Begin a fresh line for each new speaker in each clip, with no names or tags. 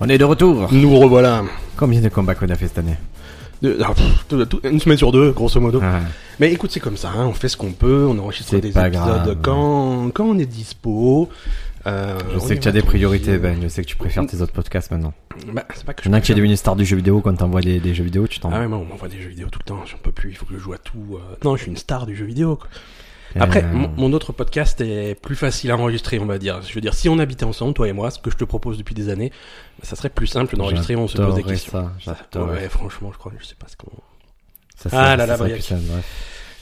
On est de retour.
Nous revoilà.
Combien de combats qu'on a fait cette année
De- ah, pff, tout- tout- une semaine sur deux, grosso modo.
Ah,
Mais écoute, c'est comme ça, hein, on fait ce qu'on peut, on enregistre
C'est
des
pas
épisodes
grave.
Quand, quand on est dispo. euh,
Je
on
sais
y
que tu as
va
des priorités,
tranquille.
Ben. Je sais que tu préfères tes autres podcasts maintenant.
Bah, c'est pas que
Il y en a qui est
préfère.
devenu une star du jeu vidéo quand t'envoies des, des jeux vidéo, tu t'en.
Ah ouais, moi on m'envoie des jeux vidéo tout le temps, j'en peux plus, il faut que je joue à tout. euh. Non, je suis une star du jeu vidéo. quoi.
Euh,
Après, mon- mon autre podcast est plus facile à enregistrer, on va dire. Je veux dire, si on habitait ensemble, toi et moi, ce que je te propose depuis des années, ça serait plus simple d'enregistrer, on se pose des
j'adorerais
questions.
ça,
Ça,
j'adorerais
ouais, franchement, je crois, je sais pas ce qu'on.
Ça,
Ah là là,
serait
Briac.
plus simple, bref.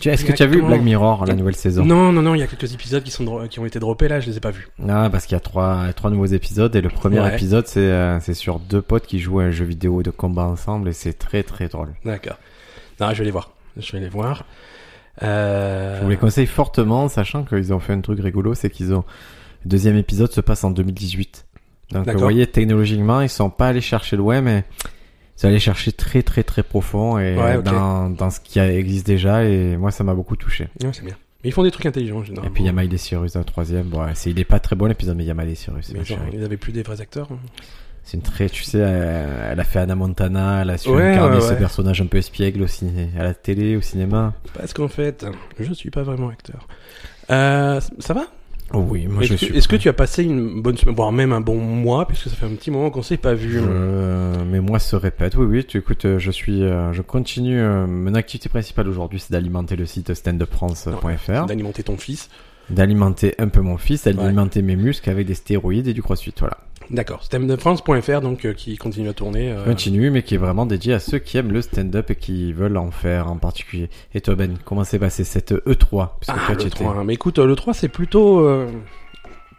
Tu- Est-ce que tu as vu
Briac,
Black
comment-
Mirror, la nouvelle saison
Non, non, non, il y a quelques épisodes qui, sont dro- qui ont été droppés là, je les ai pas vus.
Ah, parce qu'il y a trois, trois nouveaux épisodes et le premier
Ouais.
épisode, c'est euh, c'est sur deux potes qui jouent à un jeu vidéo de combat ensemble et c'est très très drôle.
D'accord. Non, je vais les voir. Je vais les voir. Euh...
Je vous les conseille fortement, sachant qu'ils ont fait un truc rigolo, c'est qu'ils ont le deuxième épisode se passe en 2018. Donc vous
D'accord.
voyez, technologiquement, ils sont pas allés chercher loin, mais ils sont allés chercher très très très profond et
Ouais, ok.
dans, dans ce qui existe déjà. Et moi, ça m'a beaucoup touché.
Ouais, c'est bien. Mais ils font des trucs intelligents, généralement.
Et puis il y a Miley Cyrus dans le troisième. Bon, ouais, c'est, il est pas très bon l'épisode, mais il y a Miley Cyrus.
Mais
ma
ils ont-
chérie.
ils avaient plus des vrais acteurs. hein.
C'est une très, tu sais, euh, elle a fait Anna Montana, elle a su
Ouais,
incarner
ouais,
ce
ouais.
personnage un peu espiègle aussi à la télé, au cinéma.
Parce qu'en fait, je suis pas vraiment acteur. Euh, ça va
Oh oui, moi je
Est-ce que,
suis.
est-ce que tu as passé une bonne semaine, voire même un bon mois, puisque ça fait un petit moment qu'on s'est pas vu hein, Euh,
Je- Euh, mais moi se répète. Oui, oui. Tu écoutes, euh, je suis, euh, je continue. euh, mon activité principale aujourd'hui, c'est d'alimenter le site standupfrance.fr,
d'alimenter ton fils.
d'alimenter un peu mon fils, d'alimenter mes muscles avec des stéroïdes et du crossfit. Voilà.
D'accord, stemdefrance.fr, donc euh, qui continue à tourner. euh,
Continue, mais qui est vraiment dédié à ceux qui aiment le stand-up et qui veulent en faire en particulier. Et toi Ben, comment s'est passée cette E3 Parce que
ah,
toi, tu
le
étais-
3. hein. Mais écoute, euh, le 3 c'est plutôt euh,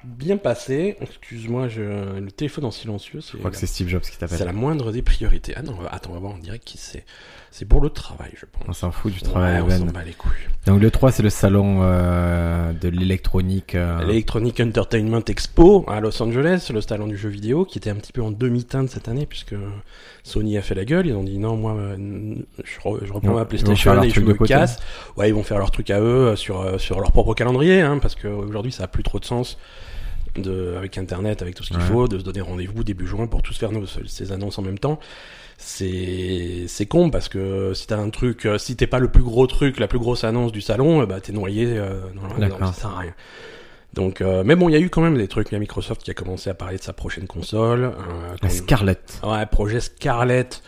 bien passé. Excuse-moi, je... le téléphone en silencieux, c'est
Je crois que c'est Steve Jobs qui
c'est
t'appelle.
la moindre des priorités. Ah non, on va- attends, on va voir en direct qui c'est. C'est pour le travail, je
On
pense.
s'en fout du travail
Ouais, on
Ben.
s'en bat les couilles.
Donc le 3 c'est le salon euh, de l'électronique. euh,
L'Electronic Entertainment Expo à Los Angeles, le salon du jeu vidéo, qui était un petit peu en demi-teinte cette année, puisque Sony a fait la gueule. Ils ont dit non, moi, euh, n- je, re- je
Non, ils
reprends ma
vont faire
PlayStation
leur
et je
truc de
me
côté.
casse. Ouais, ils vont faire leur truc à eux euh, sur, euh, sur leur propre calendrier, hein, parce qu'aujourd'hui, ça a plus trop de sens. De, avec internet, avec tout ce qu'il
Ouais.
faut, de se donner rendez-vous début juin pour tous faire nos, ces annonces en même temps c'est c'est con parce que si t'as un truc euh, si t'es pas le plus gros truc la plus grosse annonce du salon euh, bah t'es noyé euh, dans la-
D'accord.
dans- ça sert à rien donc euh, mais bon il y a eu quand même des trucs il y a Microsoft qui a commencé à parler de sa prochaine console euh,
La
qu'on-
Scarlett.
ouais projet Scarlett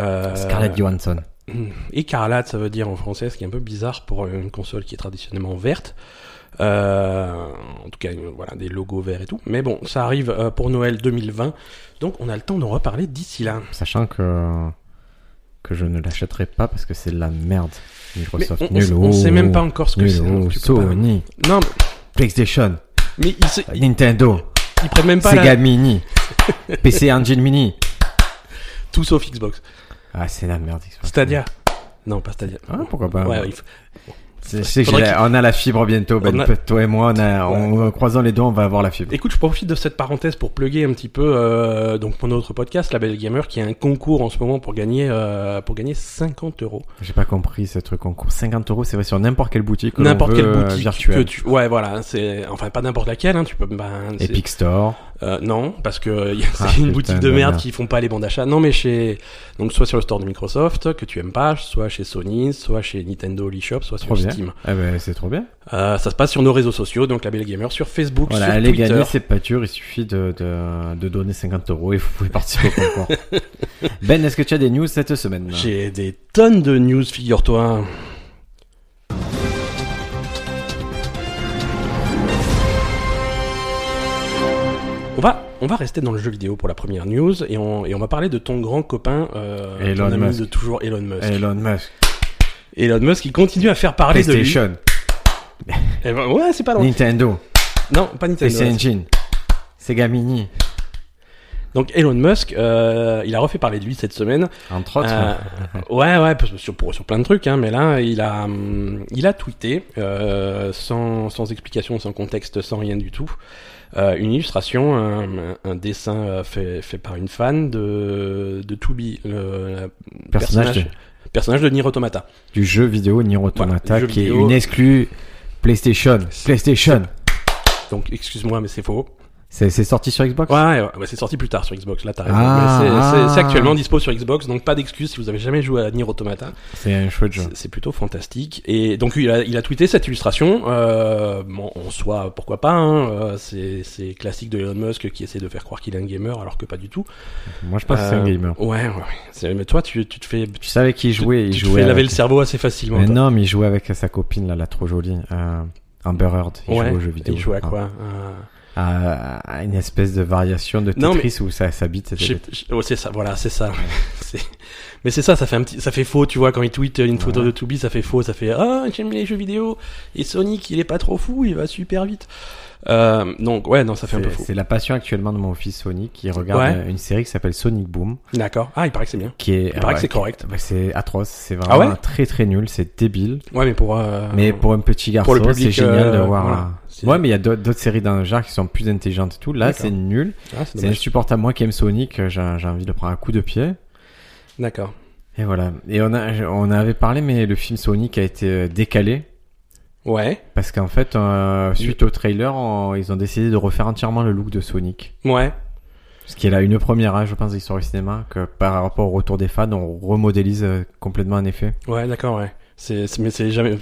euh,
Scarlett Johansson.
écarlate ça veut dire en français ce qui est un peu bizarre pour une console qui est traditionnellement verte Euh, en tout cas une- voilà des logos verts et tout mais bon ça arrive euh, pour Noël 2020 donc on a le temps d'en reparler d'ici là
Sachant que, que je ne l'achèterai pas parce que c'est de la merde.
Mais
Microsoft,
on, on-
nul.
on
oh,
sait même pas encore ce que
nul,
c'est.
oh,
donc tu peux pas-
Sony,
Non,
PlayStation,
mais ils, se-
Nintendo,
ils prennent même pas la-
Sega Mini, PC Engine Mini.
tout sauf Xbox.
Ah, c'est de la merde. Xbox.
Stadia. Non, pas Stadia.
Ah, pourquoi pas
Ouais, il faut-
C'est- je sais que
Faudrait
j'ai la- On a la fibre bientôt. Ben,
On a-
peut- Toi et moi, on a, en croisant les doigts, on va avoir la fibre.
Écoute, je profite de cette parenthèse pour plugger un petit peu euh, donc mon autre podcast, La Belle Gamer, qui a un concours en ce moment pour gagner euh, pour gagner 50 euros.
J'ai pas compris ce truc en cours. 50 euros, c'est vrai, sur n'importe quelle boutique. que l'on
N'importe
veut,
quelle
euh,
boutique
virtuelle.
que tu. Ouais, voilà. C'est enfin pas n'importe laquelle. Hein, tu peux. ben, c'est-
Epic Store.
Euh, non, parce que y a- c'est
Ah,
une
putain
boutique
de
de merde
merde.
qui font pas les bons d'achat. Non, mais chez donc soit sur le store de Microsoft que tu aimes pas, soit chez Sony, soit chez Nintendo eShop, soit sur
Trop bien.
Steam.
Eh ben, c'est trop bien.
Euh, ça se passe sur nos réseaux sociaux, donc la Belle Gamer sur Facebook,
Voilà,
sur
allez
Twitter.
gagner cette pâture, il suffit de, de, de donner 50 euros et vous pouvez participer au concours. ben, est-ce que tu as des news cette semaine
J'ai des tonnes de news, figure-toi. On va, on va rester dans le jeu vidéo pour la première news et on, et on va parler de ton grand copain, euh,
Elon
ton ami
Musk.
de toujours Elon Musk.
Elon Musk,
Elon Musk, il continue à faire parler de lui.
PlayStation,
Eh ben, ouais, c'est pas long.
Nintendo,
Non, pas Nintendo.
PC Engine, Sega Mini,
Donc Elon Musk, euh, il a refait parler de lui cette semaine.
entre autres.
Euh, ouais, ouais, parce que sur, pour- sur plein de trucs, hein, mais là, il a, hum, il a tweeté, euh, sans, sans explication, sans contexte, sans rien du tout, euh, une illustration, un, un- un dessin euh, fait, fait par une fan de, de Tubi, le le
Personnage
personnage de Nier Automata.
Du jeu vidéo Nier Automata
Voilà, jeu
qui est
vidéo.
une exclue PlayStation. PlayStation,
Donc, excuse-moi, mais c'est faux.
C'est c'est sorti sur Xbox
Ouais, ouais, ouais, c'est sorti plus tard sur Xbox, là t'as raison.
Ah,
Mais c'est-
ah.
c'est- c'est actuellement dispo sur Xbox, donc pas d'excuse si vous avez jamais joué à Nier Automata.
C'est un chouette jeu.
C'est- C'est plutôt fantastique. Et donc il a, il a tweeté cette illustration. Euh, bon, en soi, pourquoi pas. hein, euh, c'est c'est classique de Elon Musk qui essaie de faire croire qu'il est un gamer alors que pas du tout.
Moi, je pense que c'est un
Euh,
gamer.
Ouais, ouais. ouais. C'est- Mais toi, tu, tu te fais, tu,
Tu savais qui jouait. Il
tu te
jouait
fais laver
avec-
le cerveau assez facilement.
Mais
toi.
non, mais il jouait avec sa copine, là, la trop jolie. Euh, Amber Heard. Il
Ouais.
jouait aux jeux vidéo. Ah.
Il joue à
je crois.
quoi euh,
à, à une espèce de variation de
Non,
Tetris où ça s'habite.
je sais- je- oh, c'est ça, voilà, c'est ça. C'est- Mais c'est ça, ça fait un petit, ça fait faux, tu vois, quand il tweet une photo
Ouais.
de Toby, ça fait faux, ça fait ah j'aime les jeux vidéo et Sonic il est pas trop fou, il va super vite. Euh, donc ouais, non, ça fait un peu faux.
C'est la passion actuellement de mon fils Sonic qui regarde
Ouais.
euh, une série qui s'appelle Sonic Boom,
D'accord. Ah, il paraît que c'est bien.
qui est,
Il paraît
ouais,
que c'est correct.
bah, c'est atroce, c'est vraiment
Ah ouais
très très nul, c'est débile.
Ouais, mais pour. euh,
Mais pour un petit garçon,
le public,
c'est génial de
euh,
voir.
voilà.
euh,
C'est-
Ouais, mais il y a d'autres d'autres séries dans le genre qui sont plus intelligentes et tout. Là,
D'accord.
c'est nul.
Ah, c'est
C'est
dommage.
insupportable. Moi qui aime Sonic, euh, j'ai j'ai envie de prendre un coup de pied.
D'accord.
Et voilà. Et on, a, on avait parlé, mais le film Sonic a été euh, décalé.
Ouais.
Parce qu'en fait, euh, suite au trailer, on- ils ont décidé de refaire entièrement le look de Sonic.
Ouais.
Ce qui est là une première, hein, je pense, de l'histoire du cinéma, que par rapport au retour des fans, on remodélise euh, complètement en effet.
Ouais, d'accord, ouais. C'est, c'est- mais c'est jamais.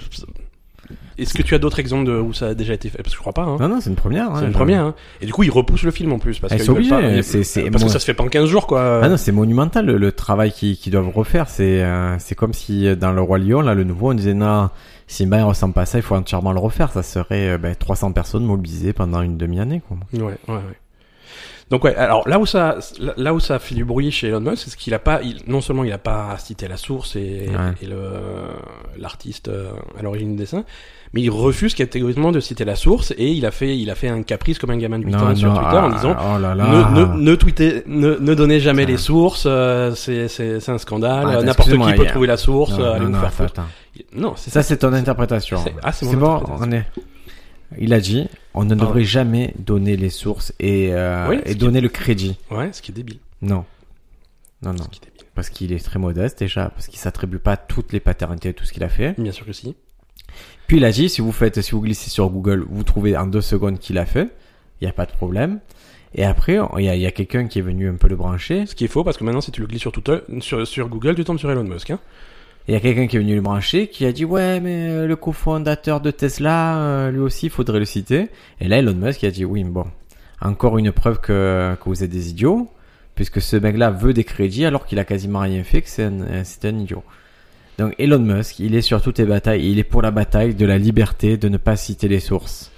Est-ce que tu as d'autres exemples de où ça a déjà été fait Parce que je crois pas. Hein.
Non, non, c'est une première. hein,
c'est une
genre.
première. Hein. Et du coup, ils repoussent le film en plus parce
Ah,
qu'ils
ils sont
veulent
obligés,
pas-
c'est- c'est-
Parce que
moi-
ça se fait pas en 15 jours, quoi.
Ah non, c'est monumental le, le travail qu'ils qu'ils doivent refaire. C'est euh, c'est comme si euh, dans le Roi Lion, là, le nouveau, on disait non, Simba il ressemble pas à ça, il faut entièrement le refaire. Ça serait euh, ben, 300 personnes mobilisées pendant une demi-année. quoi.
Ouais, ouais, ouais. Donc ouais, alors là où ça, là où ça fait du bruit chez Elon Musk, c'est qu'il a pas, il- non seulement il a pas cité la source et,
Ouais.
et le l'artiste euh, à l'origine du dessin, mais il refuse catégoriquement de citer la source et il a fait, il a fait un caprice comme un gamin de 8 ans sur Twitter en
ah,
disant
oh là là.
ne, ne, ne tweetez, ne, ne donnez jamais
Putain.
les sources, euh, c'est, c'est, c'est un scandale,
Ah,
euh, n'importe
excuse-moi,
qui peut
il y a-
trouver la source,
Non,
euh,
non,
allez vous
non,
faire
attends,
foutre.
attends.
Non, c'est
Ça, c'est ton interprétation.
C'est- ah, c'est mon
bon,
interprétation.
on est. Il a dit, on ne
Pardon.
devrait jamais donner les sources et, euh,
Oui,
et
ce
donner le crédit.
Ouais, ce qui est débile.
Non. Non, non.
Ce qui est débile.
Parce qu'il est très modeste déjà, parce qu'il s'attribue pas toutes les paternités et tout ce qu'il a fait.
Bien sûr que si.
Puis il a dit, si vous faites, si vous glissez sur Google, vous trouvez en deux secondes qu'il a fait. Il n'y a pas de problème. Et après, on- il y a, il y a quelqu'un qui est venu un peu le brancher.
Ce qui est faux parce que maintenant si tu le glisses sur, Twitter- sur, sur Google, tu tombes sur Elon Musk. Hein.
Il y a quelqu'un qui est venu le brancher, qui a dit ouais mais euh, le cofondateur de Tesla, euh, lui aussi, il faudrait le citer. Et là Elon Musk il a dit oui mais bon, encore une preuve que, que vous êtes des idiots, puisque ce mec-là veut des crédits alors qu'il a quasiment rien fait, que c'est un, euh, c'est un idiot. Donc Elon Musk, il est sur toutes les batailles, il est pour la bataille de la liberté de ne pas citer les sources.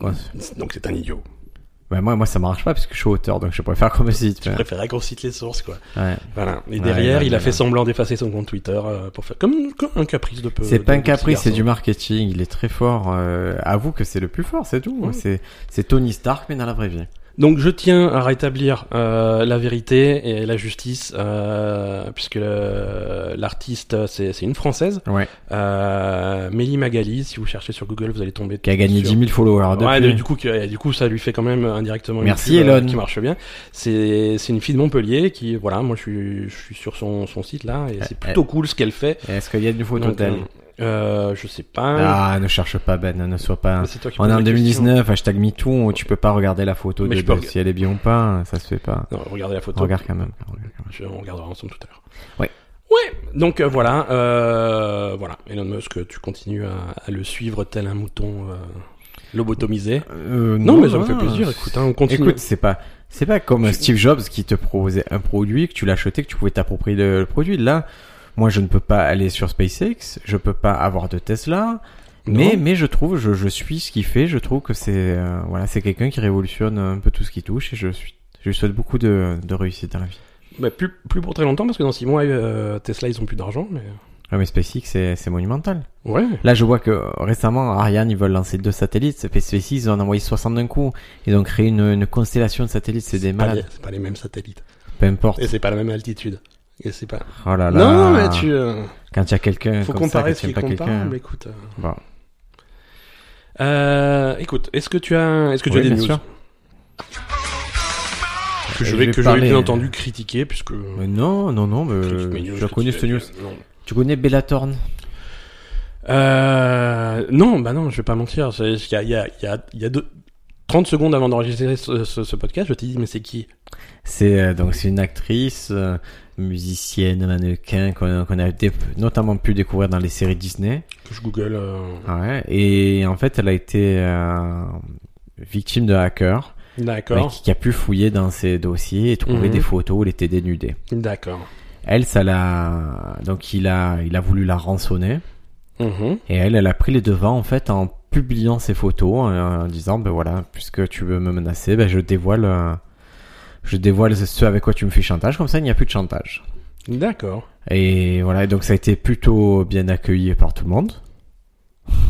Ouais.
Donc c'est un idiot.
Ouais, moi, moi ça marche pas parce que je suis auteur, donc je préfère qu'on me cite.
Je
mais-
préférais qu'on cite les sources, quoi.
ouais.
Voilà. Et
Ouais,
derrière,
ouais,
il a
ouais.
fait semblant d'effacer son compte Twitter euh, pour faire comme, comme un caprice de peu.
C'est
de-
pas un
de petit
caprice, c'est
garçon.
du marketing. Il est très fort. euh, avoue que c'est le plus fort, c'est tout.
Ouais.
C'est c'est Tony Stark mais dans la vraie vie.
Donc je tiens à rétablir euh, la vérité et la justice, euh, puisque euh, l'artiste c'est c'est une française,
Ouais.
euh, Mélie Magali. Si vous cherchez sur Google, vous allez tomber.
Qui a gagné
sur-
10 000 followers depuis.
Ouais, de- du coup, qui- euh, du coup, ça lui fait quand même euh, indirectement une
Merci,
pub, euh,
Elon.
qui marche bien. C'est, c'est une fille de Montpellier qui, voilà, moi je suis, je suis sur son, son site là
Euh,
et c'est plutôt cool ce qu'elle fait.
Est-ce qu'il y a du nouveau
Donc,
total
euh, euh, je sais pas.
Ah, ne cherche pas Ben, ne sois pas.
Mais c'est toi qui
On
poses
est en
la question.
2019, hashtag MeToo, tu peux pas regarder la photo
Mais
de,
je peux
de
reg-
si elle est bien ou pas, ça se fait pas.
Non, regardez la photo.
Regarde quand même. regarde quand même.
Je- on regardera ensemble tout à l'heure.
Ouais.
Ouais. Donc euh, voilà, euh, voilà. Elon Musk, tu continues à, à le suivre tel un mouton euh, lobotomisé.
Euh,
Non, mais ça me
non,
fait plaisir.
c'est-
Écoute, hein, on continue.
Écoute, c'est pas, c'est pas comme
Tu-
Steve Jobs qui te proposait un produit, que tu l'achetais, que tu pouvais t'approprier le, le produit. Là, moi, je ne peux pas aller sur SpaceX, je peux pas avoir de Tesla,
Non.
mais, mais je trouve, je, je suis ce qu'il fait, je trouve que c'est, euh, voilà, c'est quelqu'un qui révolutionne un peu tout ce qui touche et je suis, je lui souhaite beaucoup de, de réussite dans la vie.
Bah, plus, plus pour très longtemps parce que dans six mois, euh, Tesla ils ont plus d'argent. Mais
Ouais, mais SpaceX, c'est, c'est monumental.
ouais.
Là, je vois que euh, récemment, Ariane, ils veulent lancer deux satellites. SpaceX, ils en ont envoyé 60 d'un coup. Ils ont créé une, une constellation de satellites. C'est des
Pas
malades.
les- C'est pas les mêmes satellites.
Peu importe.
Et c'est pas la même altitude. Et c'est pas.
Oh là là.
Non, non, mais tu. euh,
Quand il y a quelqu'un,
faut
comme ça,
comparer
que tu
ce
aimes
qui
pas
compare.
quelqu'un.
mais écoute. euh,
Bon.
euh, écoute, est-ce que tu as, est-ce que tu
Oui,
as des
bien
news
sûr.
que je
Je
vais,
vais
que je vais
parler- Euh,
bien entendu critiquer puisque.
Mais non, non, non, mais
Critique mes
tu
news,
la connais cette news.
critique- non.
Tu connais Bellatorn
Euh, non, bah non, je vais pas mentir. c'est- Il y a, il y a, il y a- il y a deux, 30 secondes avant d'enregistrer ce, ce- ce podcast, je t'ai dit, mais c'est qui
C'est euh, donc c'est une actrice, euh, musicienne, mannequin qu'on qu'on a dé- notamment pu découvrir dans les séries Disney.
Que je google. euh,
Ouais. Et en fait, elle a été euh, victime de hackers ouais,
D'accord.
qui, qui a pu fouiller dans ses dossiers et trouver
Mhm.
des photos où elle était dénudée.
D'accord.
Elle, ça l'a donc il a il a voulu la rançonner
Mhm.
et elle, elle a pris les devants en fait en publiant ses photos euh, en disant ben voilà puisque tu veux me menacer ben je dévoile euh, je dévoile ce avec quoi tu me fais chantage comme ça il n'y a plus de chantage.
D'accord.
Et voilà, donc ça a été plutôt bien accueilli par tout le monde.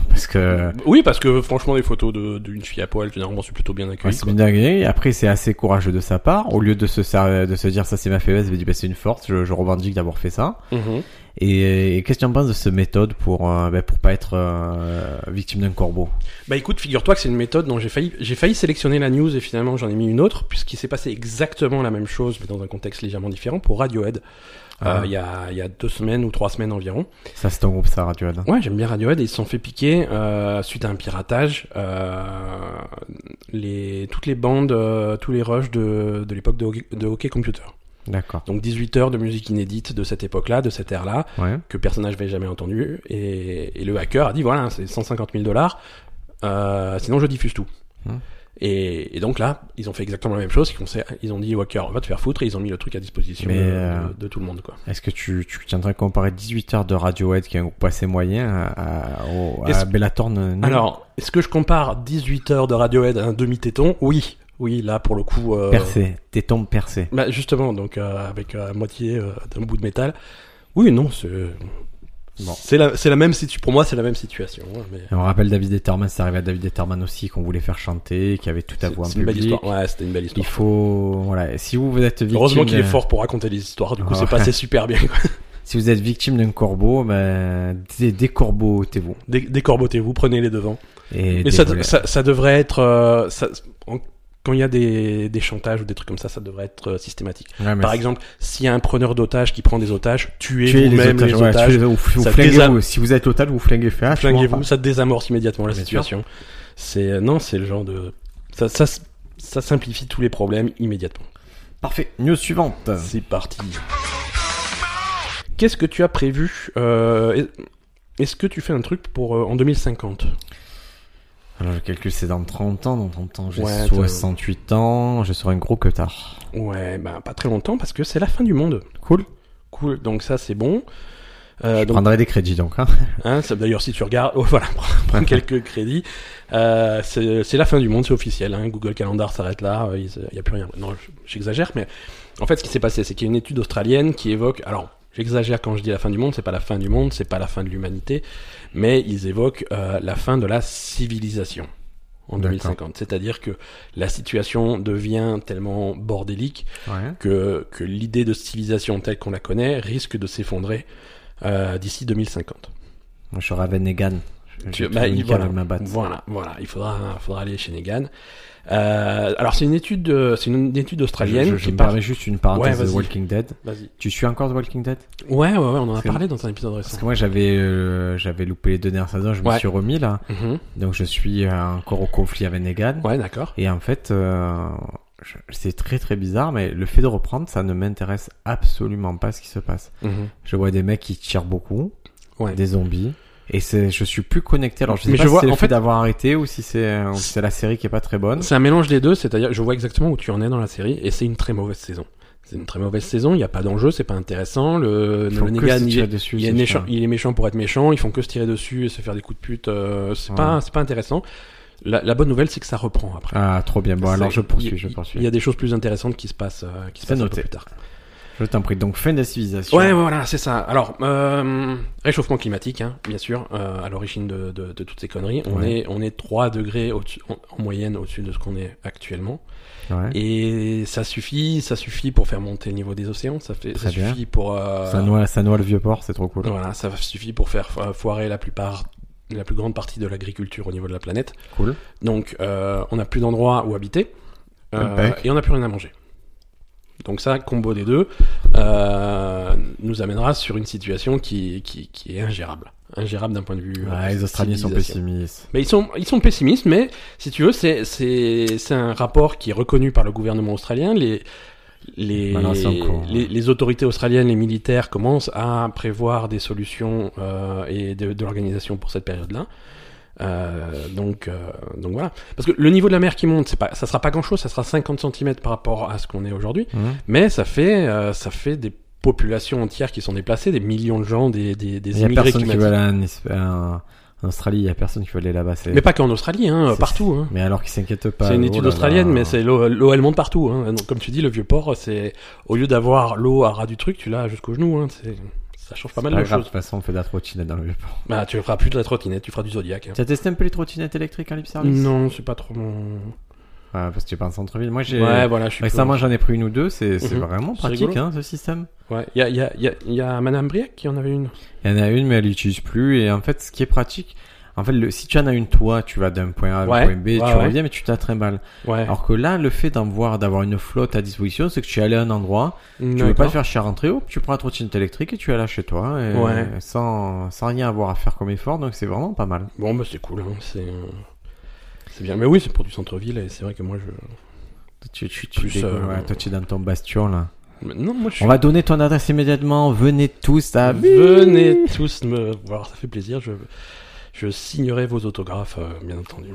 Parce que
Oui, parce que franchement, les photos de- d'une fille à poil, généralement, c'est plutôt bien accueilli.
c'est bien accueilli. Après, c'est assez courageux de sa part. Au lieu de se, ser- de se dire ça c'est ma faiblesse, il dit bah, c'est une force, je, je revendique d'avoir fait ça.
quoi. Mhm.
Et, et qu'est-ce que tu en penses de cette méthode pour, euh, bah, pour pas être euh, victime d'un corbeau
Bah écoute, figure-toi que c'est une méthode dont j'ai failli, j'ai failli sélectionner la news et finalement j'en ai mis une autre puisqu'il s'est passé exactement la même chose mais dans un contexte légèrement différent pour Radiohead.
Ah.
Euh, Il y, a, il y a deux semaines ou trois semaines environ.
Ça c'est ton groupe, ça, Radiohead.
Ouais, j'aime bien Radiohead et ils se sont fait piquer euh, suite à un piratage. euh, les, toutes les bandes, euh, tous les rushs de, de l'époque de, hockey- de Hockey Computer.
D'accord.
Donc 18 heures de musique inédite de cette époque-là, de cette ère-là,
Ouais.
que personne n'avait jamais entendu. Et, et le hacker a dit voilà, c'est 150 000 dollars, euh, sinon je diffuse tout.
Hmm.
Et, et donc là, ils ont fait exactement la même chose. Ils ont, ils ont dit au hacker, va te faire foutre, et ils ont mis le truc à disposition
Mais,
de,
euh,
de- de tout le monde. Quoi.
Est-ce que tu, tu tiendrais à comparer 18 heures de Radiohead, qui est un groupe assez moyen, à, à, au- à
Est-ce-
Bellator non- non
Alors, est-ce que je compare 18 heures de Radiohead à un demi-téton Oui, oui, là pour le coup. euh,
Percé, téton percé.
bah, justement, donc euh, avec euh, moitié euh, d'un bout de métal. Oui, non, c'est.
Bon.
C'est la, c'est la même situ- pour moi, c'est la même situation. hein, mais...
Et on rappelle David Etterman, c'est arrivé à David Etterman aussi qu'on voulait faire chanter, qui avait tout à
C'est-
voir en
C'est une belle
public.
histoire. Ouais, c'était une belle
Il
histoire.
faut voilà, si vous vous êtes victime
Heureusement qu'il est
d'un-
fort pour raconter des histoires. Du coup,
Ah
c'est
euh. ouais.
passé super bien. quoi.
Si vous êtes victime d'un corbeau, ben dé- décorbotez-vous.
Dé- Décorbotez-vous, prenez les devants.
Et
Mais ça,
dévoilez-
ça, ça devrait être. euh, ça- en- quand il y a des, des chantages ou des trucs comme ça, ça devrait être euh, systématique.
Ouais, mais
Par
c'est-
exemple, s'il y a un preneur d'otages qui prend des otages, tuez,
tuez les
vous-même
otages,
les
ouais,
otages,
tuez- ou- ou
ça
flinguez-vous.
désarme.
Si vous êtes otage, vous flinguez. Faites, ah, je comprends
flinguez-vous.
pas.
Ça désamorce immédiatement la
Bien sûr.
situation. C'est euh, non, c'est le genre de. Ça, ça, ça simplifie tous les problèmes immédiatement.
Parfait. News suivante.
C'est parti. Qu'est-ce que tu as prévu euh, est- Est-ce que tu fais un truc pour euh, en 2050
Alors le calcul c'est dans 30 ans, dans 30 ans j'ai
Ouais, t'as-
68 ans, je serai un gros cutard.
Ouais, bah pas très longtemps parce que c'est la fin du monde. Cool. Cool, donc ça c'est bon. Euh,
Je
donc,
prendrai des crédits donc. Hein.
hein, ça- D'ailleurs, si tu regardes, oh, voilà, prends- prends quelques crédits. Euh, c'est c'est la fin du monde, c'est officiel. hein. Google Calendar s'arrête là, euh, il n'y a plus rien. Non, j- j'exagère, mais en fait, ce qui s'est passé, c'est qu'il y a une étude australienne qui évoque. Alors, j'exagère quand je dis la fin du monde, c'est pas la fin du monde, c'est pas la fin de l'humanité, mais ils évoquent euh, la fin de la civilisation en
D'accord.
2050. C'est-à-dire que la situation devient tellement bordélique
Ouais.
que, que l'idée de civilisation telle qu'on la connaît risque de s'effondrer euh, d'ici 2050.
Moi, Je serai à Venegan. Je-
Tu-
je-
bah,
je-
il- voilà.
avec ma batte.
Voilà, voilà, il faudra, faudra aller chez Negan. Euh, alors c'est une étude, euh, c'est une, une étude australienne
Je, je, je
qui
me
parle.
permets juste une parenthèse
Ouais,
de
vas-y.
Walking Dead.
Vas-y.
Tu suis encore de Walking Dead
Ouais, ouais, ouais, on en a
Parce que-
parlé dans un épisode
Parce
récent.
que moi j'avais euh, j'avais loupé les deux dernières saisons, je me
Ouais.
suis remis là.
Mhm.
Donc je suis euh, encore au conflit avec Negan.
Ouais, d'accord.
Et en fait, euh, je- c'est très très bizarre, mais le fait de reprendre, ça ne m'intéresse absolument pas ce qui se passe.
Mhm.
Je vois des mecs qui tirent beaucoup,
Ouais.
des zombies. Et c'est, je suis plus connecté. Alors je sais
Mais
pas
je
si
vois-
c'est le
en
fait
fait- Euh,
d'avoir arrêté ou si c'est ou si c'est la série qui est pas très bonne.
C'est un mélange des deux, c'est-à-dire je vois exactement où tu en es dans la série et c'est une très mauvaise saison. C'est une très mauvaise saison, il n'y a pas d'enjeu, c'est pas intéressant. Le,
Faut
le
que
Negan,
se
il
tirer
est-
dessus,
Il est,
c'est
méchant,
chiant.
il est méchant pour être méchant, ils font que se tirer dessus et se faire des coups de pute, euh, c'est
Ouais.
pas, c'est pas intéressant. La, la bonne nouvelle, c'est que ça reprend après.
Ah, trop bien. Bon,
Ça-
alors je
il-
poursuis, je
il-
poursuis.
Il y a des choses plus intéressantes qui se passent, euh, qui se
C'est
passent un peu
noté.
plus tard.
Je t'en prie. Donc, fin de la civilisation.
Ouais, ouais, voilà, c'est ça. Alors, euh, réchauffement climatique, hein, bien sûr, euh, à l'origine de, de- de toutes ces conneries. On,
Ouais.
est, on est 3 degrés au-dessus- en, en moyenne au-dessus de ce qu'on est actuellement.
Ouais.
Et ça suffit, ça suffit pour faire monter le niveau des océans, ça, fait,
Très
ça
bien.
suffit pour... euh,
Ça noie, ça noie le vieux port, c'est trop cool.
Voilà, ça suffit pour faire fo- foirer la plupart, la plus grande partie de l'agriculture au niveau de la planète.
Cool.
Donc, euh, on n'a plus d'endroits où habiter euh,
Impec.
et on n'a plus rien à manger. Donc ça, combo des deux, euh, nous amènera sur une situation qui, qui, qui est ingérable. Ingérable d'un point de vue... euh,
Ouais, les Australiens sont
civilisation.
pessimistes.
Mais ils sont, ils sont pessimistes, mais si tu veux, c'est, c'est, c'est un rapport qui est reconnu par le gouvernement australien. Les, les,
Voilà, Bah c'est en cours.
les, les autorités australiennes, les militaires commencent à prévoir des solutions euh, et de, de l'organisation pour cette période-là. Euh, donc, euh, donc voilà. Parce que le niveau de la mer qui monte, c'est pas, ça sera pas grand-chose, ça sera 50 cm par rapport à ce qu'on est aujourd'hui.
Hein
Mais ça fait, euh, ça fait des populations entières qui sont déplacées, des millions de gens, des, des,
Il
des
y a
immigrés
personne qui veut
climatiques.
aller en, Esp- en- en Australie, il y a personne qui veut aller là-bas. c'est-
Mais pas qu'en Australie, hein,
C'est-
partout. Hein.
Mais alors qu'ils s'inquiètent pas.
C'est une
oh
étude
là
australienne,
là.
mais c'est l'eau l'eau, elle monte partout. Hein. Donc, comme tu dis, le vieux port, c'est au lieu d'avoir l'eau à ras du truc, tu l'as jusqu'au genou. Hein. C'est- Ça change pas
C'est
mal de
grave, De
choses.
toute façon, on fait de la trottinette dans le vieux port.
Bah, tu feras plus de la trottinette, tu feras du Zodiac. hein.
Tu as testé un peu les trottinettes électriques à Lip Service
Non, c'est pas trop mon.
Ouais, Ah, parce que tu es pas en centre-ville. Moi, j'ai.
Ouais, voilà, je suis.
Récemment, j'en ai pris une ou deux. C'est c'est
Mhm.
vraiment
C'est
pratique,
rigolo.
hein, ce système.
Il ouais. y, a, y, a, y, a, y a Madame Briac qui en avait une.
Il y en a une, mais elle l'utilise plus. Et en fait, ce qui est pratique, en fait, le, si tu en as une, toi, tu vas d'un point A à un
Ouais,
point B,
ouais,
tu
ouais.
reviens, mais tu t'as très mal.
Ouais.
Alors que là, le fait d'en voir, d'avoir une flotte à disposition, c'est que tu es allé à un endroit, tu veux pas te faire chier à rentrer, hop, tu prends la trottinette électrique et tu es là chez toi, hein, et
Ouais.
sans, sans rien avoir à faire comme effort, donc c'est vraiment pas mal.
Bon, bah, c'est cool. Hein. C'est. euh, C'est bien. Mais oui, c'est pour du centre-ville, et c'est vrai que moi, je.
Tu, tu,
Plus,
dégoûtes,
euh,
ouais, toi, tu es dans ton bastion, là.
Mais Non, moi, je suis.
On va donner ton adresse immédiatement, venez tous à...
Venez tous me voir, ça fait plaisir. Je, je signerai vos autographes, euh, bien entendu.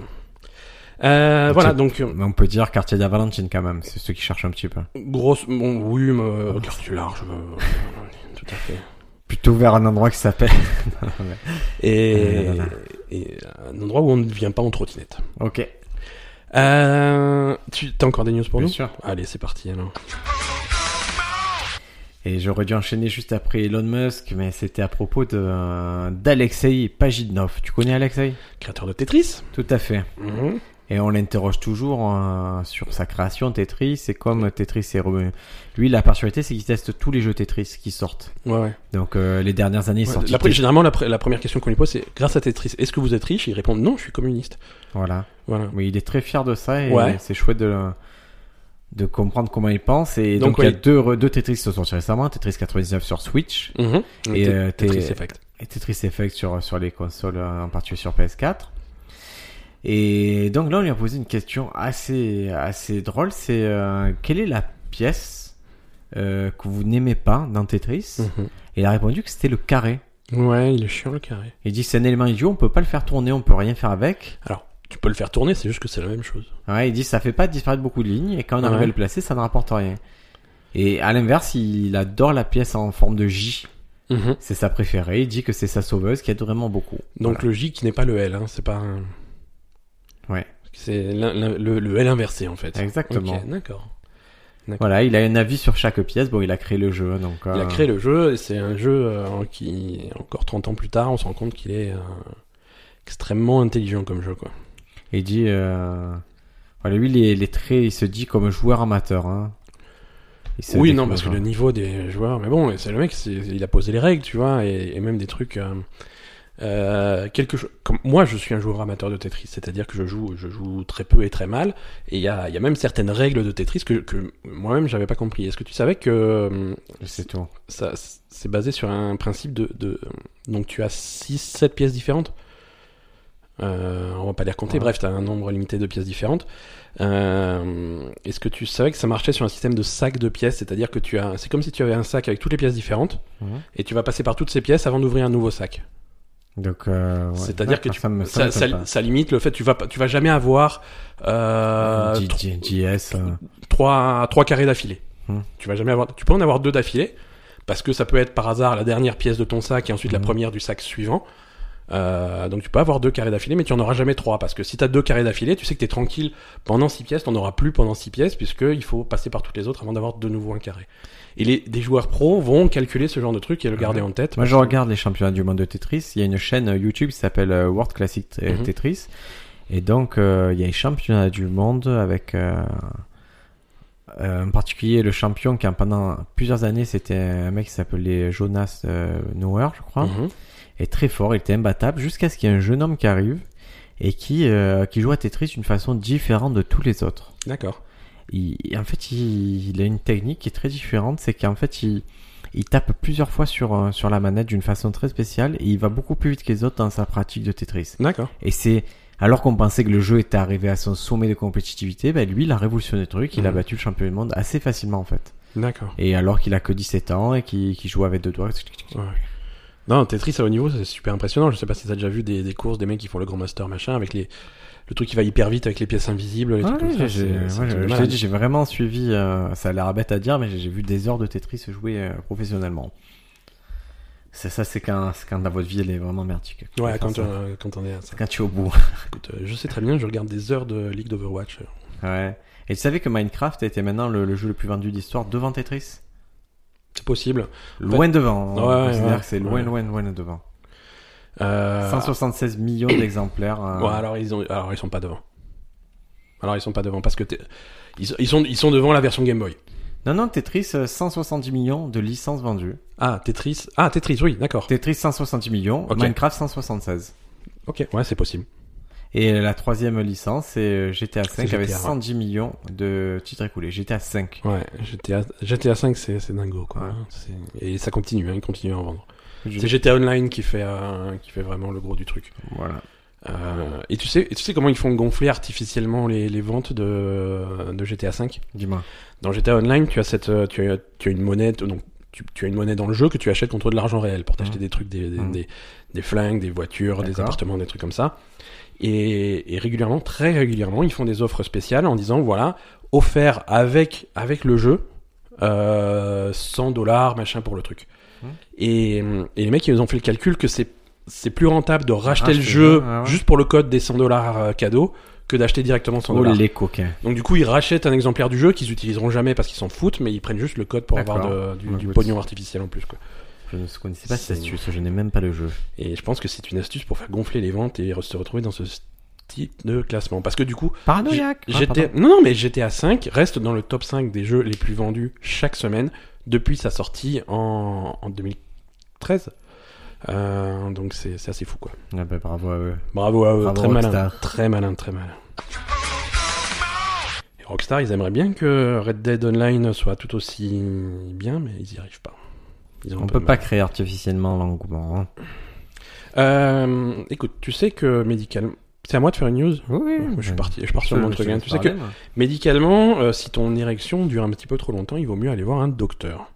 Euh,
Ok.
voilà, donc, euh,
Mais on peut dire quartier de la Valentine, quand même, c'est ceux qui cherchent un petit peu.
grosse. Bon, oui, mais, euh, quartier large, euh, tout à fait.
Plutôt vers un endroit qui s'appelle...
Et,
Euh, là, là.
et un endroit où on ne vient pas en trottinette.
ok,
Euh, tu as encore des news pour
bien
nous
sûr.
Allez, c'est parti alors.
Et j'aurais dû enchaîner juste après Elon Musk, mais c'était à propos de d'Alexei Pajidnov. Tu connais Alexei
Créateur de Tetris
Tout à fait.
Mhm.
Et on l'interroge toujours euh, sur sa création Tetris. C'est comme Tetris est revenu. Lui, la particularité, c'est qu'il teste tous les jeux Tetris qui sortent.
Ouais, ouais.
Donc euh, les dernières années, il
Ouais,
sortit
la pre-
Tetris.
généralement, la, pre- la première question qu'on lui pose, c'est grâce à Tetris, est-ce que vous êtes riche Et il répond non, je suis communiste.
Voilà.
Voilà.
Mais il est très fier de ça et
Ouais.
c'est chouette de le- de comprendre comment il pense. Et donc,
Donc,
il y a
ouais.
deux, re- deux Tetris qui sont sortis récemment. Tetris 99 sur Switch
Mhm.
Et,
Tet-
euh, t'es-
Tetris Effect.
et Tetris Effect sur, sur les consoles, euh, en particulier sur PS4. Et donc là, on lui a posé une question assez, assez drôle, c'est euh, quelle est la pièce euh, que vous n'aimez pas dans Tetris
Mhm.
Et il a répondu que c'était le carré.
Ouais, il est chiant le carré.
Il dit c'est un élément idiot, on peut pas le faire tourner, on peut rien faire avec.
Alors, tu peux le faire tourner, c'est juste que c'est la même chose.
Ouais, il dit ça fait pas disparaître beaucoup de lignes et quand on arrive
Ouais.
à le placer, ça ne rapporte rien. Et à l'inverse, il adore la pièce en forme de J.
Mhm.
C'est sa préférée. Il dit que c'est sa sauveuse qui aide vraiment beaucoup.
Donc le J qui n'est pas le L, hein, c'est pas un...
Ouais.
C'est l'in- l'in- le, le L inversé en fait.
Exactement.
Ok, d'accord.
Voilà, il a un avis sur chaque pièce. Bon, il a créé le jeu, donc.
Il a
euh,
créé le jeu et c'est un jeu euh, en qui, encore 30 ans plus tard, on se rend compte qu'il est euh, extrêmement intelligent comme jeu. Quoi.
Il dit. euh, Voilà, lui, les, les traits, il se dit comme joueur amateur. Hein. Il se
Oui,
déclare,
non, parce que
hein.
le niveau des joueurs... Mais bon, c'est le mec, c'est- il a posé les règles, tu vois, et, et même des trucs... euh, euh, quelque chose comme moi je suis un joueur amateur de Tetris c'est-à-dire que je joue je joue très peu et très mal et il y a, il y a même certaines règles de Tetris que, que moi-même j'avais pas compris est-ce que tu savais que euh,
C'est tout.
ça c'est basé sur un principe de, de donc tu as 6 7 pièces différentes euh, on va pas les compter
Ouais.
bref tu as un nombre limité de pièces différentes Euh, est-ce que tu savais que ça marchait sur un système de sac de pièces c'est-à-dire que tu as c'est comme si tu avais un sac avec toutes les pièces différentes
Mhm.
et tu vas passer par toutes ces pièces avant d'ouvrir un nouveau sac
Donc. euh, ouais.
c'est-à-dire que
Ah,
tu-
ça me
ça,
ça me
ça-
pas.
ça limite le fait tu vas pas- tu vas jamais avoir euh,
J-
tro-
J- JS. euh,
trois, trois carrés d'affilée.
Hmm.
Tu vas jamais avoir. Tu peux en avoir deux d'affilée parce que ça peut être par hasard la dernière pièce de ton sac et ensuite la
Hmm.
première du sac suivant. Euh, donc tu peux avoir deux carrés d'affilée, mais tu en auras jamais trois parce que si t'as deux carrés d'affilée, tu sais que t'es tranquille pendant six pièces, t'en auras plus pendant six pièces puisque il faut passer par toutes les autres avant d'avoir de nouveau un carré. Et les des joueurs pros vont calculer ce genre de truc et le
Ah Ouais.
garder en tête.
Moi, je regarde les championnats du monde de Tetris. Il y a une chaîne euh, YouTube qui s'appelle euh, World Classic T-
Mhm.
Tetris. Et donc, euh, il y a les championnats du monde avec, euh, euh, en particulier le champion qui, pendant plusieurs années, c'était un mec qui s'appelait Jonas euh, Neuer, je crois.
Mhm.
Et très fort, il était imbattable jusqu'à ce qu'il y ait un jeune homme qui arrive et qui, euh, qui joue à Tetris d'une façon différente de tous les autres.
D'accord.
il, en fait, il, il a une technique qui est très différente. C'est qu'en fait, il, il tape plusieurs fois sur, euh, sur la manette d'une façon très spéciale et il va beaucoup plus vite que les autres dans sa pratique de Tetris.
D'accord.
Et c'est alors qu'on pensait que le jeu était arrivé à son sommet de compétitivité, ben lui, il a révolutionné le truc, il a
Mhm.
battu le champion du monde assez facilement en fait.
D'accord.
Et alors qu'il a que 17 ans et qu'il qu'il joue avec deux doigts.
Ouais. Non, Tetris à haut niveau, c'est super impressionnant. Je sais pas si t'as déjà vu des, des courses, des mecs qui font le grand master machin avec les le truc qui va hyper vite avec les pièces invisibles, les
Ouais,
trucs comme
j'ai-
ça.
j'ai-
c'est- c'est
ouais,
un truc de
je- je
malade.
t'ai dit, j'ai vraiment suivi, euh, ça a l'air bête à dire, mais j'ai j'ai vu des heures de Tetris jouer euh, professionnellement. C'est ça, c'est quand, c'est quand la votre vie elle est vraiment merdique.
Ouais, quand,
Enfin,
euh, quand on est à ça.
c'est quand tu es au bout.
Écoute, euh, je sais très bien, je regarde des heures de League d'Overwatch.
Ouais. Et tu savais que Minecraft était maintenant le, le jeu le plus vendu d'histoire devant Tetris
C'est possible.
Loin devant. hein.
Ouais, ouais,
On considère
ouais.
que c'est loin,
Ouais.
loin, loin devant.
Euh,
176 millions d'exemplaires. euh,
Ouais, alors ils ont, alors ils sont pas devant. Alors ils sont pas devant parce que t'es- ils, ils sont, ils sont devant la version Game Boy.
Non, non, Tetris, euh, 170 millions de licences vendues.
Ah Tetris, ah Tetris, oui, d'accord.
Tetris, 170 millions.
Ok.
Minecraft, 176.
Ok, ouais, c'est possible.
Et euh, la troisième licence, c'est euh, GTA V
C'est GTA,
avec
ouais.
110 millions de titres écoulés. GTA V.
Ouais, GTA, GTA 5 c'est, c'est dingo quoi.
Ouais.
C'est- Et ça continue, hein, ils continuent à en vendre.
Je-
C'est GTA Online qui fait, euh, qui fait vraiment le gros du truc.
Voilà.
Euh, et tu sais, et tu sais comment ils font gonfler artificiellement les, les ventes de, de GTA 5
Dis-moi.
Dans GTA Online, tu as cette, euh, tu as, tu as une monnaie, donc tu, tu as une monnaie dans le jeu que tu achètes contre de l'argent réel pour t'acheter
Mhm.
des trucs, des, des,
Mhm.
des, des flingues, des voitures, des
D'accord.
appartements, des trucs comme ça. Et, et régulièrement, très régulièrement, ils font des offres spéciales en disant voilà, offert avec avec le jeu, euh, 100 dollars machin pour le truc.
Mhm.
Et, et les mecs ils ont fait le calcul que c'est c'est plus rentable de racheter le
Racheter
jeu
le jeu, ah ouais, ouais.
juste pour le code des 100 dollars cadeau que d'acheter directement 100
Oh,
dollars.
les coquins.
Donc du coup, ils rachètent un exemplaire du jeu qu'ils utiliseront jamais parce qu'ils s'en foutent, mais ils prennent juste le code pour avoir
D'accord.
de- du,
Ouais,
du
écoute.
pognon artificiel en plus. Quoi.
Je ne connaissais pas cette
C'est-
astuce, je n'ai même pas le jeu.
Et je pense que c'est une astuce pour faire gonfler les ventes et re- se retrouver dans ce type de classement. Parce que du coup,
Paranoïaque Ah,
GTA...
pardon.
non, non, mais GTA 5 reste dans le top 5 des jeux les plus vendus chaque semaine depuis sa sortie en, en 2013. Euh, donc c'est c'est assez fou quoi.
Ah bah, bravo à eux.
Bravo à eux,
Bravo,
Euh, très malin,
Rockstar.
très malin, très malin. Et Rockstar, ils aimeraient bien que Red Dead Online soit tout aussi bien, mais ils n'y arrivent pas. Ils ont
On
un
ne
peu
peut
de
pas
mal.
créer artificiellement l'engouement. hein.
Euh, écoute, tu sais que médicalement, c'est à moi de faire une news.
Oui,
Je suis
mais-
parti, je pars sur
Je-
mon
je
truc.
te
hein.
laisse
Tu sais que
parler, moi.
médicalement, euh, si ton érection dure un petit peu trop longtemps, il vaut mieux aller voir un docteur.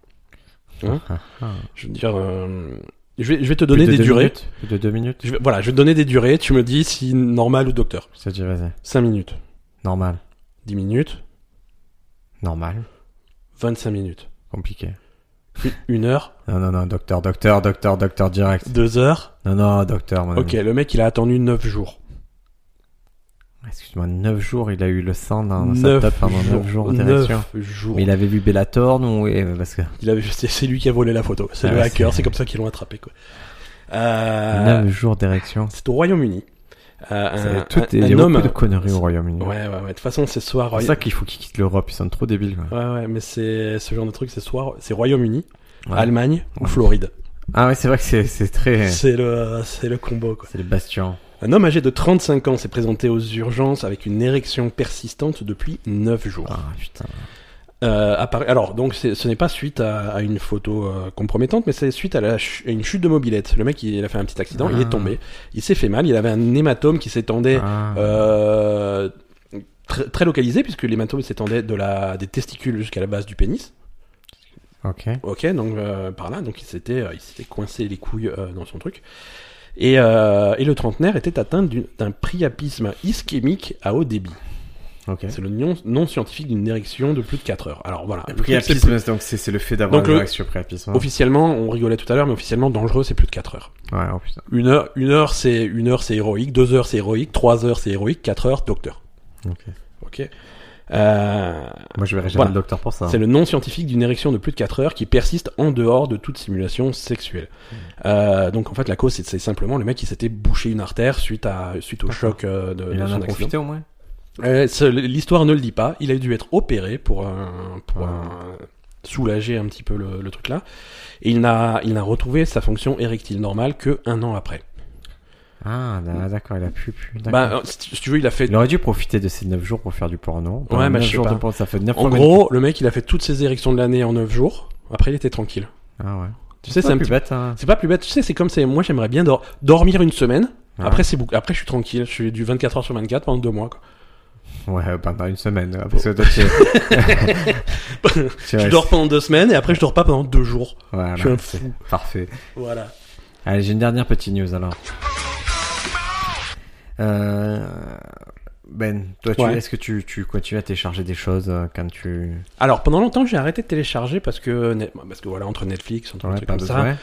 Hein
Ah, ah.
Je veux dire, euh, je, vais, je vais te
Plus
donner
de
des
deux
durées.
minutes Plus de deux minutes
Je vais- voilà, je vais te donner des durées. Tu me dis si normal ou docteur.
Je te dis, vas-y.
5 minutes,
Normal.
10 minutes,
Normal.
25 minutes.
Compliqué.
Une heure,
Non, non, non, docteur, docteur, docteur, docteur direct.
deux heures.
Non, non, docteur, mon
Ok,
ami.
le mec, il a attendu 9 jours.
Excuse-moi, 9 jours, il a eu le sang dans sa
Neuf
top pendant 9 jours d'érection.
Neuf jours.
Mais il avait vu Bellator, ou et euh, parce que
Il avait- c'est, c'est lui qui a volé la photo. C'est
Ah
le
ouais,
hacker,
c'est-
c'est comme ça qu'ils l'ont attrapé. Quoi. Euh,
9 jours d'érection.
c'est au Royaume-Uni. Euh,
Ça,
un,
tout
un-
est- il y
un
a
homme.
beaucoup de conneries au Royaume-Uni.
Ouais, ouais, ouais. De toute façon, c'est soit
C'est pour
Roya-
ça qu'il faut qu'ils quittent l'Europe, ils sont trop débiles. quoi.
Ouais, ouais, mais c'est ce genre de truc, c'est soit c'est Royaume-Uni,
Ouais.
Allemagne ou
Ouais.
Floride.
Ah ouais, c'est vrai que c'est- c'est très...
C'est le, c'est le combo, quoi.
C'est le bastion.
Un homme âgé de 35 ans s'est présenté aux urgences avec une érection persistante depuis 9 jours.
Ah putain.
Euh, appara- Alors, donc, c'est- ce n'est pas suite à, à une photo euh, compromettante, mais c'est suite à, la chu- à une chute de mobilette. Le mec, il a fait un petit accident, il
Ah.
est tombé, il s'est fait mal, il avait un hématome qui s'étendait
Ah.
euh, très, très localisé, puisque l'hématome s'étendait de la, des testicules jusqu'à la base du pénis.
Ok.
Ok, donc euh, par là, donc il s'était, euh, il s'était coincé les couilles euh, dans son truc. Et, euh, et le trentenaire était atteint d'une- d'un priapisme ischémique à haut débit.
Ok.
C'est le nom, nom scientifique d'une érection de plus de 4 heures. Alors voilà.
Le
truc, c'est
priapisme, donc c'est c'est le fait d'avoir
Donc
une
le-
érection priapisme.
Officiellement, on rigolait tout à l'heure, mais officiellement, dangereux, c'est plus de 4 heures.
Ouais, oh putain.
Une heure, une heure, c'est une heure, c'est héroïque. Deux heures, c'est héroïque. Trois heures, c'est héroïque. Quatre heures, docteur.
Ok.
Ok. Euh,
Moi je verrai jamais
Voilà.
le docteur pour ça. hein.
c'est le nom scientifique d'une érection de plus de 4 heures qui persiste en dehors de toute simulation sexuelle.
Hmm.
Euh, donc en fait, la cause, c'est- c'est simplement le mec qui s'était bouché une artère suite à suite au
D'accord.
choc euh, de,
Il
de
en a
son accident.
profité au moins
Euh, ce- L'histoire ne le dit pas. Il a dû être opéré pour, un- pour
Ah.
un- soulager un petit peu le, le truc là. Et il n'a, il n'a retrouvé sa fonction érectile normale que un an après.
Ah, bah, d'accord, il a pu, pu. d'accord.
Bah, euh, si tu- si tu veux, il a fait
il aurait dû profiter de ces 9 jours pour faire du porno.
Ouais, mais
neuf
je sais
jours de
pas.
porno, ça fait 9
En gros, le mec, il a fait toutes ses érections de l'année en 9 jours. Après, il était tranquille.
Ah ouais.
Tu sais, c'est un
plus
petit-
bête, hein.
C'est pas plus bête. Tu sais, c'est comme c'est. Moi, j'aimerais bien dor- dormir une semaine.
Ouais.
Après, c'est bouc- Après, je suis tranquille. Je suis du 24 heures sur 24 pendant deux mois. quoi.
Ouais, pendant une semaine. ouais, Parce que toi, tu... tu
Je
restes-
dors pendant deux semaines et après, je dors pas pendant deux jours.
Voilà,
je suis un
c'est
fou.
parfait.
Voilà.
Allez, j'ai une dernière petite news alors. Euh, Ben, toi, tu-
Ouais.
est-ce que tu, tu continues à télécharger des choses euh, quand tu.
Alors, pendant longtemps, j'ai arrêté de télécharger parce que net- parce que voilà, entre Netflix, entre un
Ouais,
truc
pas
comme ça.
besoin.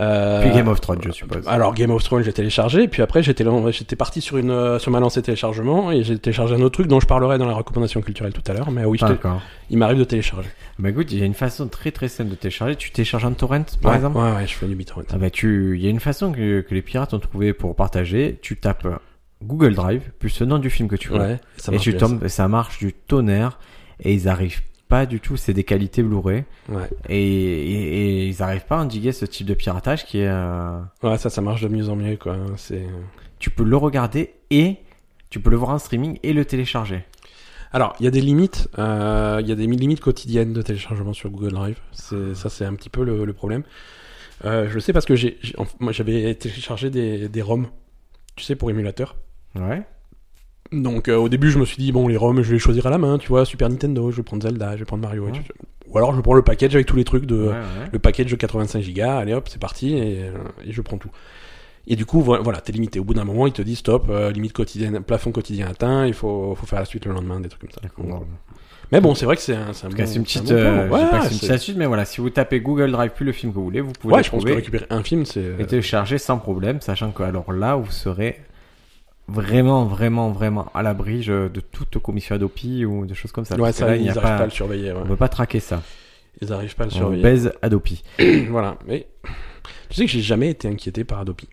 Euh,
Puis Game of Thrones, je suppose.
Alors Game of Thrones, j'ai téléchargé, et puis après j'étais lan- j'étais parti sur une euh, sur ma lancée téléchargement et j'ai téléchargé un autre truc dont je parlerai dans la recommandation culturelle tout à l'heure. Mais oui, je
Pas
te-
encore.
il m'arrive de télécharger.
Bah écoute, il y a une façon très très simple de télécharger. Tu télécharges un torrent, par
ouais,
exemple
ouais, ouais, je fais du BitTorrent.
Ah bah tu, il y a une façon que, que les pirates ont trouvé pour partager. Tu tapes Google Drive plus le nom du film que tu veux.
Ouais, ça
et
marche
tu
bien,
tombes, ça marche du tonnerre et ils arrivent pas du tout. C'est des qualités Blu-ray
ça. Ouais.
et, et- et ils arrivent pas à endiguer ce type de piratage qui est. euh,
Ouais, ça, ça marche de mieux en mieux, quoi. C'est. euh.
tu peux le regarder et tu peux le voir en streaming et le télécharger.
Alors, il y a des limites, euh, il y a des mi- limites quotidiennes de téléchargement sur Google Drive. C'est, ça, c'est un petit peu le, le problème. Euh, je le sais parce que j'ai, j'ai- en- moi, j'avais téléchargé des, des ROM, tu sais, pour émulateur.
Ouais.
Donc, euh, au début, je me suis dit, bon, les ROM, je vais les choisir à la main, tu vois, Super Nintendo, je vais prendre Zelda, je vais prendre Mario. et
Ouais.
tout. Ou alors, je prends le package avec tous les trucs de,
ouais, ouais.
le package de 85 gigas, allez hop, c'est parti, et, euh, et je prends tout. Et du coup, vo- voilà, t'es limité. Au bout d'un moment, ils te disent stop, euh, limite quotidienne, plafond quotidien atteint, il faut, faut faire la suite le lendemain, des trucs comme ça.
D'accord.
Donc,
Bon.
Mais bon, c'est vrai que c'est un, c'est un
En tout
bon-
cas, c'est une
c'est un
petite,
bon plan.
euh, je sais
Ouais,
pas si c'est une
c'est-
petite astuce, mais voilà, si vous tapez Google Drive plus le film que vous voulez, vous pouvez
ouais,
le
je pense que
trouver
récupérer un film, c'est.
et télécharger sans problème, sachant que alors là, vous serez vraiment, vraiment, vraiment à l'abri je- de toute commission Adopi ou de choses comme ça.
Ouais,
parce que
ça,
là, il
ils
n'y a
arrivent pas...
pas-
à le surveiller. ouais.
on peut pas traquer ça.
Ils arrivent pas à le
On
surveiller.
baise Adopi.
voilà. Mais tu sais que j'ai jamais été inquiété par Adopi.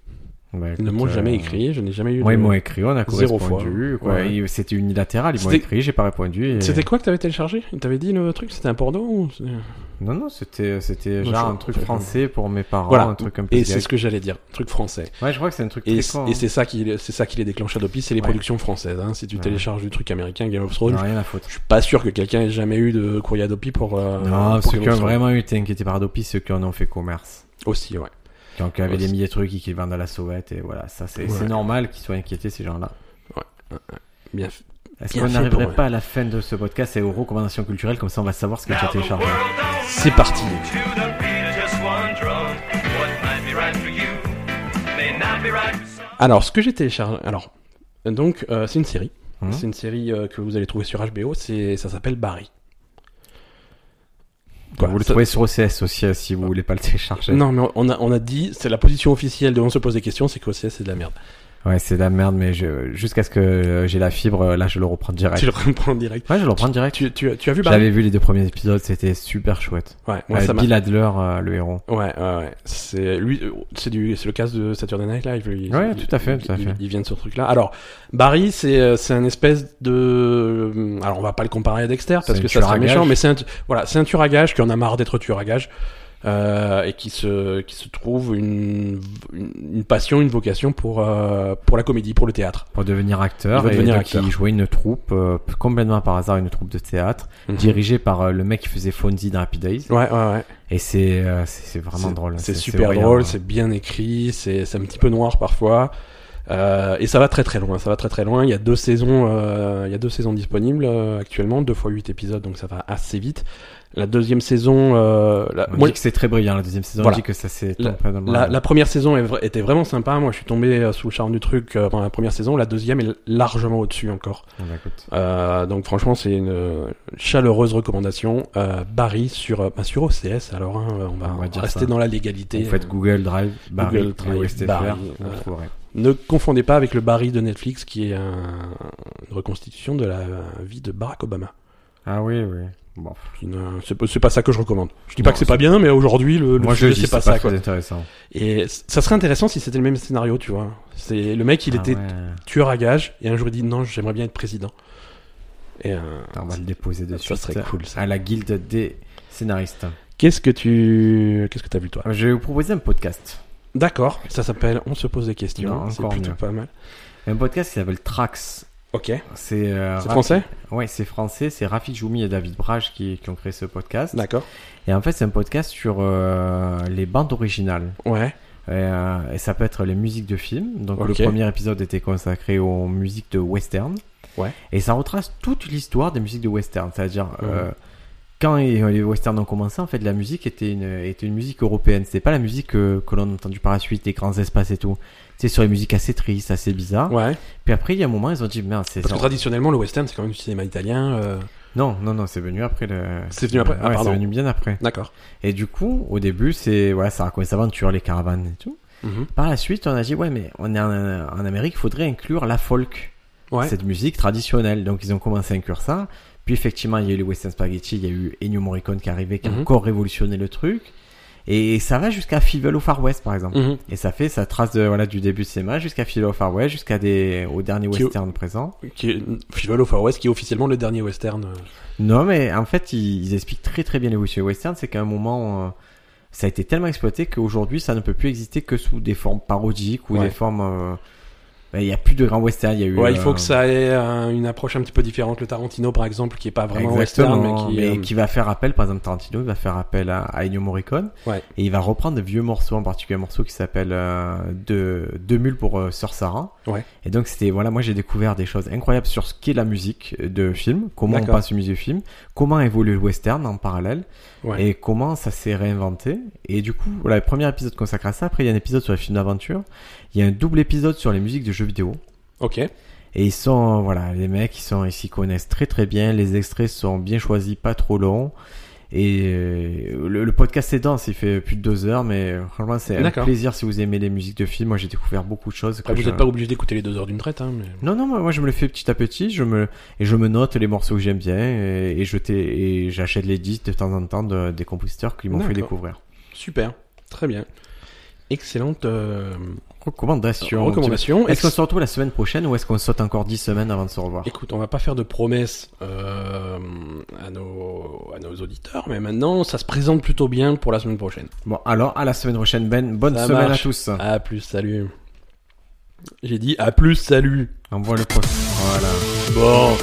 Bah,
Ils ne
écoute,
m'ont jamais
euh,
écrit, je n'ai jamais eu.
Moi, ils
de-
m'ont écrit, on a
Zéro
correspondu.
fois.
quoi.
Ouais.
Et C'était unilatéral, ils m'ont
C'était-
écrit, j'ai pas répondu. et-
C'était quoi que t'avais téléchargé Ils t'avaient dit le truc C'était un porno ou c'est-
Non, non, c'était, c'était
Non,
genre
je-
un truc
je-
français pour mes parents,
Voilà.
un truc un peu
Et c'est
direct.
ce que j'allais dire, truc français.
Ouais, je crois que c'est un truc
Et
très con.
et c'est ça qui, c'est ça qui les déclenche Adopi, c'est les
Ouais.
productions françaises. hein. Si tu
Ouais.
télécharges du truc américain Game of
hein.
Thrones,
Non, rien à foutre.
je suis pas sûr que quelqu'un ait jamais eu de courrier Adopi pour. euh,
non,
pour
ceux
Game
qui
of
ont
Thrones.
vraiment eu été inquiétés par Adopi, ceux qui en ont fait commerce.
Aussi, ouais.
Donc, il y avait
Ouais,
des
c'est-
milliers de trucs et qui le vendent à la sauvette, et voilà, ça, c'est,
Ouais.
c'est normal qu'ils soient inquiétés, ces gens-là.
Bien,
Est-ce
Bien
qu'on
fait pour
n'arriverait
eux.
pas à la fin de ce podcast et aux recommandations culturelles, comme ça on va savoir ce que tu as téléchargé
C'est parti.
To the beat of just one drum. What might be right for you may not be right for some.
Alors, ce que j'ai téléchargé. Alors, donc, euh, c'est une série.
Mhm.
C'est une série euh, que vous allez trouver sur HBO. C'est, ça s'appelle Barry. Quoi,
Vous le
ça-
trouvez sur OCS aussi, euh, si vous voulez pas le télécharger.
Non, mais on a, on a dit, c'est la position officielle de on se pose des questions, c'est que OCS c'est de la merde.
Ouais, c'est de la merde, mais je... jusqu'à ce que euh, j'ai la fibre, euh, là, je le reprends direct.
Tu le reprends en direct.
Ouais, je le reprends direct.
Tu, tu, tu as vu Barry
J'avais vu les deux premiers épisodes, c'était super chouette.
Ouais, moi
Euh,
ça m'a.
Bill Adler, euh, le héros.
Ouais, ouais, ouais. C'est lui, euh, c'est du, c'est le cas de Saturday Night Live. lui. Il-
Ouais,
il-
tout à fait,
il-
tout à
il-
fait.
Il vient de ce truc-là. Alors, Barry, c'est, euh, c'est un espèce de, euh, alors on va pas le comparer à Dexter
C'est
parce
un
que ça
tueur à
serait méchant,
gages.
mais c'est un, tu- voilà, c'est un tueur à gage qui en a marre d'être tueur à gage. Euh, et qui se qui se trouve une, une une passion une vocation pour euh, pour la comédie pour le théâtre
Pour devenir acteur,
Il va
et
devenir
donc
acteur.
il jouait une troupe, euh, complètement par hasard, une troupe de théâtre,
Mhm.
dirigée par euh, le mec qui faisait Fonzie dans Happy Days.
ouais ouais ouais
Et c'est euh, c'est c'est vraiment
C'est-
drôle.
C'est super
voyant,
drôle,
hein.
c'est bien écrit, c'est c'est un petit peu noir parfois. Euh, et ça va très très loin, ça va très très loin. Il y a deux saisons, euh, il y a deux saisons disponibles euh, actuellement, deux fois huit épisodes, donc ça va assez vite. La deuxième saison, euh, la,
On
moi,
dit que c'est très brillant la deuxième saison,
Voilà.
on dit que ça c'est
La-
complètement-
la, la première saison est vra- était vraiment sympa. Moi, je suis tombé euh, sous le charme du truc euh, pendant la première saison. La deuxième est largement au-dessus encore.
Ah, bah, écoute.
Euh, donc franchement, c'est une euh, chaleureuse recommandation. Euh, Barry sur, euh, bah, sur OCS. Alors, hein, on va,
On va dire
rester
ça.
dans la légalité. euh,
Vous faites Google Drive, Barry,
Google Drive,
OSTFR,
Barry,
vous
voilà.
trouverez.
Ne confondez pas avec le Barry de Netflix, qui est un- une reconstitution de la vie de Barack Obama.
Ah oui, oui. Bon.
Qui ne- C'est pas- c'est pas ça que je recommande. Je dis pas
Non,
que c'est
c'est-
pas bien, mais aujourd'hui, le, le
Moi je
sujet,
dis
c'est pas ça. quoi.
très intéressant.
Et c- ça serait intéressant si c'était le même scénario, tu vois. C'est le mec, il
Ah
était
ouais.
tueur à gage, et un jour il dit non, j'aimerais bien être président. Et euh,
Attends, on va le déposer
ça
dessus.
serait cool. ça.
À la guilde des scénaristes. Euh,
Qu'est-ce que tu, qu'est-ce que t'as vu toi
Je vais vous proposer un podcast.
D'accord, ça s'appelle On se pose des questions.
Non,
c'est
encore
plutôt
mieux.
pas mal.
Un podcast qui s'appelle Trax.
Ok.
C'est euh,
C'est
Rafi-
français
Ouais, c'est français. C'est Rafik Joumi et David Brage qui, qui ont créé ce podcast.
D'accord.
Et en fait, c'est un podcast sur euh, les bandes originales.
Ouais.
Et, euh, et ça peut être les musiques de films. Donc
Ok.
le premier épisode était consacré aux musiques de western.
Ouais.
Et ça retrace toute l'histoire des musiques de western. C'est-à-dire euh, quand les les westerns ont commencé, en fait, la musique était une, était une musique européenne. C'était pas la musique que, que l'on a entendue par la suite, les grands espaces et tout. C'est sur les musiques assez tristes, assez bizarres.
Ouais.
Puis après, il y a un moment, ils ont dit merde, c'est
Parce que
genre-
traditionnellement, le western, c'est quand même du cinéma italien. euh,
Non, non, non, c'est venu après. Le...
C'est venu après Ah,
Ouais,
pardon.
c'est venu bien après.
D'accord.
Et du coup, au début, c'est voilà, ça raconte les aventures, les caravanes et tout.
Mhm.
Par la suite, on a dit, ouais, mais on est en, en Amérique, il faudrait inclure la folk,
Ouais.
cette musique traditionnelle. Donc, ils ont commencé à inclure ça. Puis, effectivement, il y a eu le Western Spaghetti, il y a eu Ennio Morricone qui est arrivé, qui
Mhm.
a encore révolutionné le truc. Et ça va jusqu'à Fievel au Far West, par exemple.
Mhm.
Et ça fait, ça trace de, voilà, du début de cinéma jusqu'à Fievel au Far West, jusqu'à des, au dernier
Qui-
western présent.
Qui est- Fievel au Far West, qui est officiellement le dernier western. euh,
Non, mais en fait, ils, ils expliquent très très bien l'évolution du western. C'est qu'à un moment, euh, ça a été tellement exploité qu'aujourd'hui, ça ne peut plus exister que sous des formes parodiques ou
Ouais.
des formes. euh, ben, Il y a plus de grand western. Il y a eu.
Ouais, il faut
euh,
que ça ait euh, une approche un petit peu différente. Le Tarantino, par exemple, qui est pas vraiment
Exactement,
western, mais qui. euh,
va faire appel, par exemple Tarantino, il va faire appel à, à Ennio Morricone
Ouais.
et il va reprendre des vieux morceaux, en particulier un morceau qui s'appelle euh, Deux Deux mules pour euh, Sœur Sarah.
Ouais.
Et donc c'était voilà, moi j'ai découvert des choses incroyables sur ce qu'est la musique de film, comment on
D'accord.
passe une musique de film, comment évolue le western en parallèle
Ouais.
et comment ça s'est réinventé. Et du coup, voilà, le premier épisode consacré à ça. Après, il y a un épisode sur les films d'aventure, il y a un double épisode sur les musiques de jeux vidéo.
Ok.
Et ils sont, voilà, les mecs, ils sont, ils s'y connaissent très très bien. Les extraits sont bien choisis, pas trop longs. Et euh, le, le podcast est dense, il fait plus de deux heures, mais euh, franchement, c'est un
D'accord.
plaisir si vous aimez les musiques de films. Moi, j'ai découvert beaucoup de choses. que
Après, vous
je-
n'êtes pas obligé d'écouter les deux heures d'une traite, hein, mais.
Non, non, moi, moi, je me le fais petit à petit. Je me et je me note les morceaux que j'aime bien et, et je t'ai- et j'achète les disques de temps en temps de- des compositeurs qui m'ont fait
D'accord.
découvrir.
Super. Très bien. Excellente euh,
Recommandation.
recommandation.
Est-ce
Est-ce-
qu'on se retrouve la semaine prochaine ou est-ce qu'on saute encore dix semaines avant de se revoir
Écoute, on va pas faire de promesses euh, à, nos, à nos auditeurs, mais maintenant, ça se présente plutôt bien pour la semaine prochaine.
Bon, alors à la semaine prochaine, Ben. Bonne
Ça
semaine
marche.
à tous.
À plus, salut. J'ai dit à plus, salut.
Envoie le poste. Voilà.
Bon.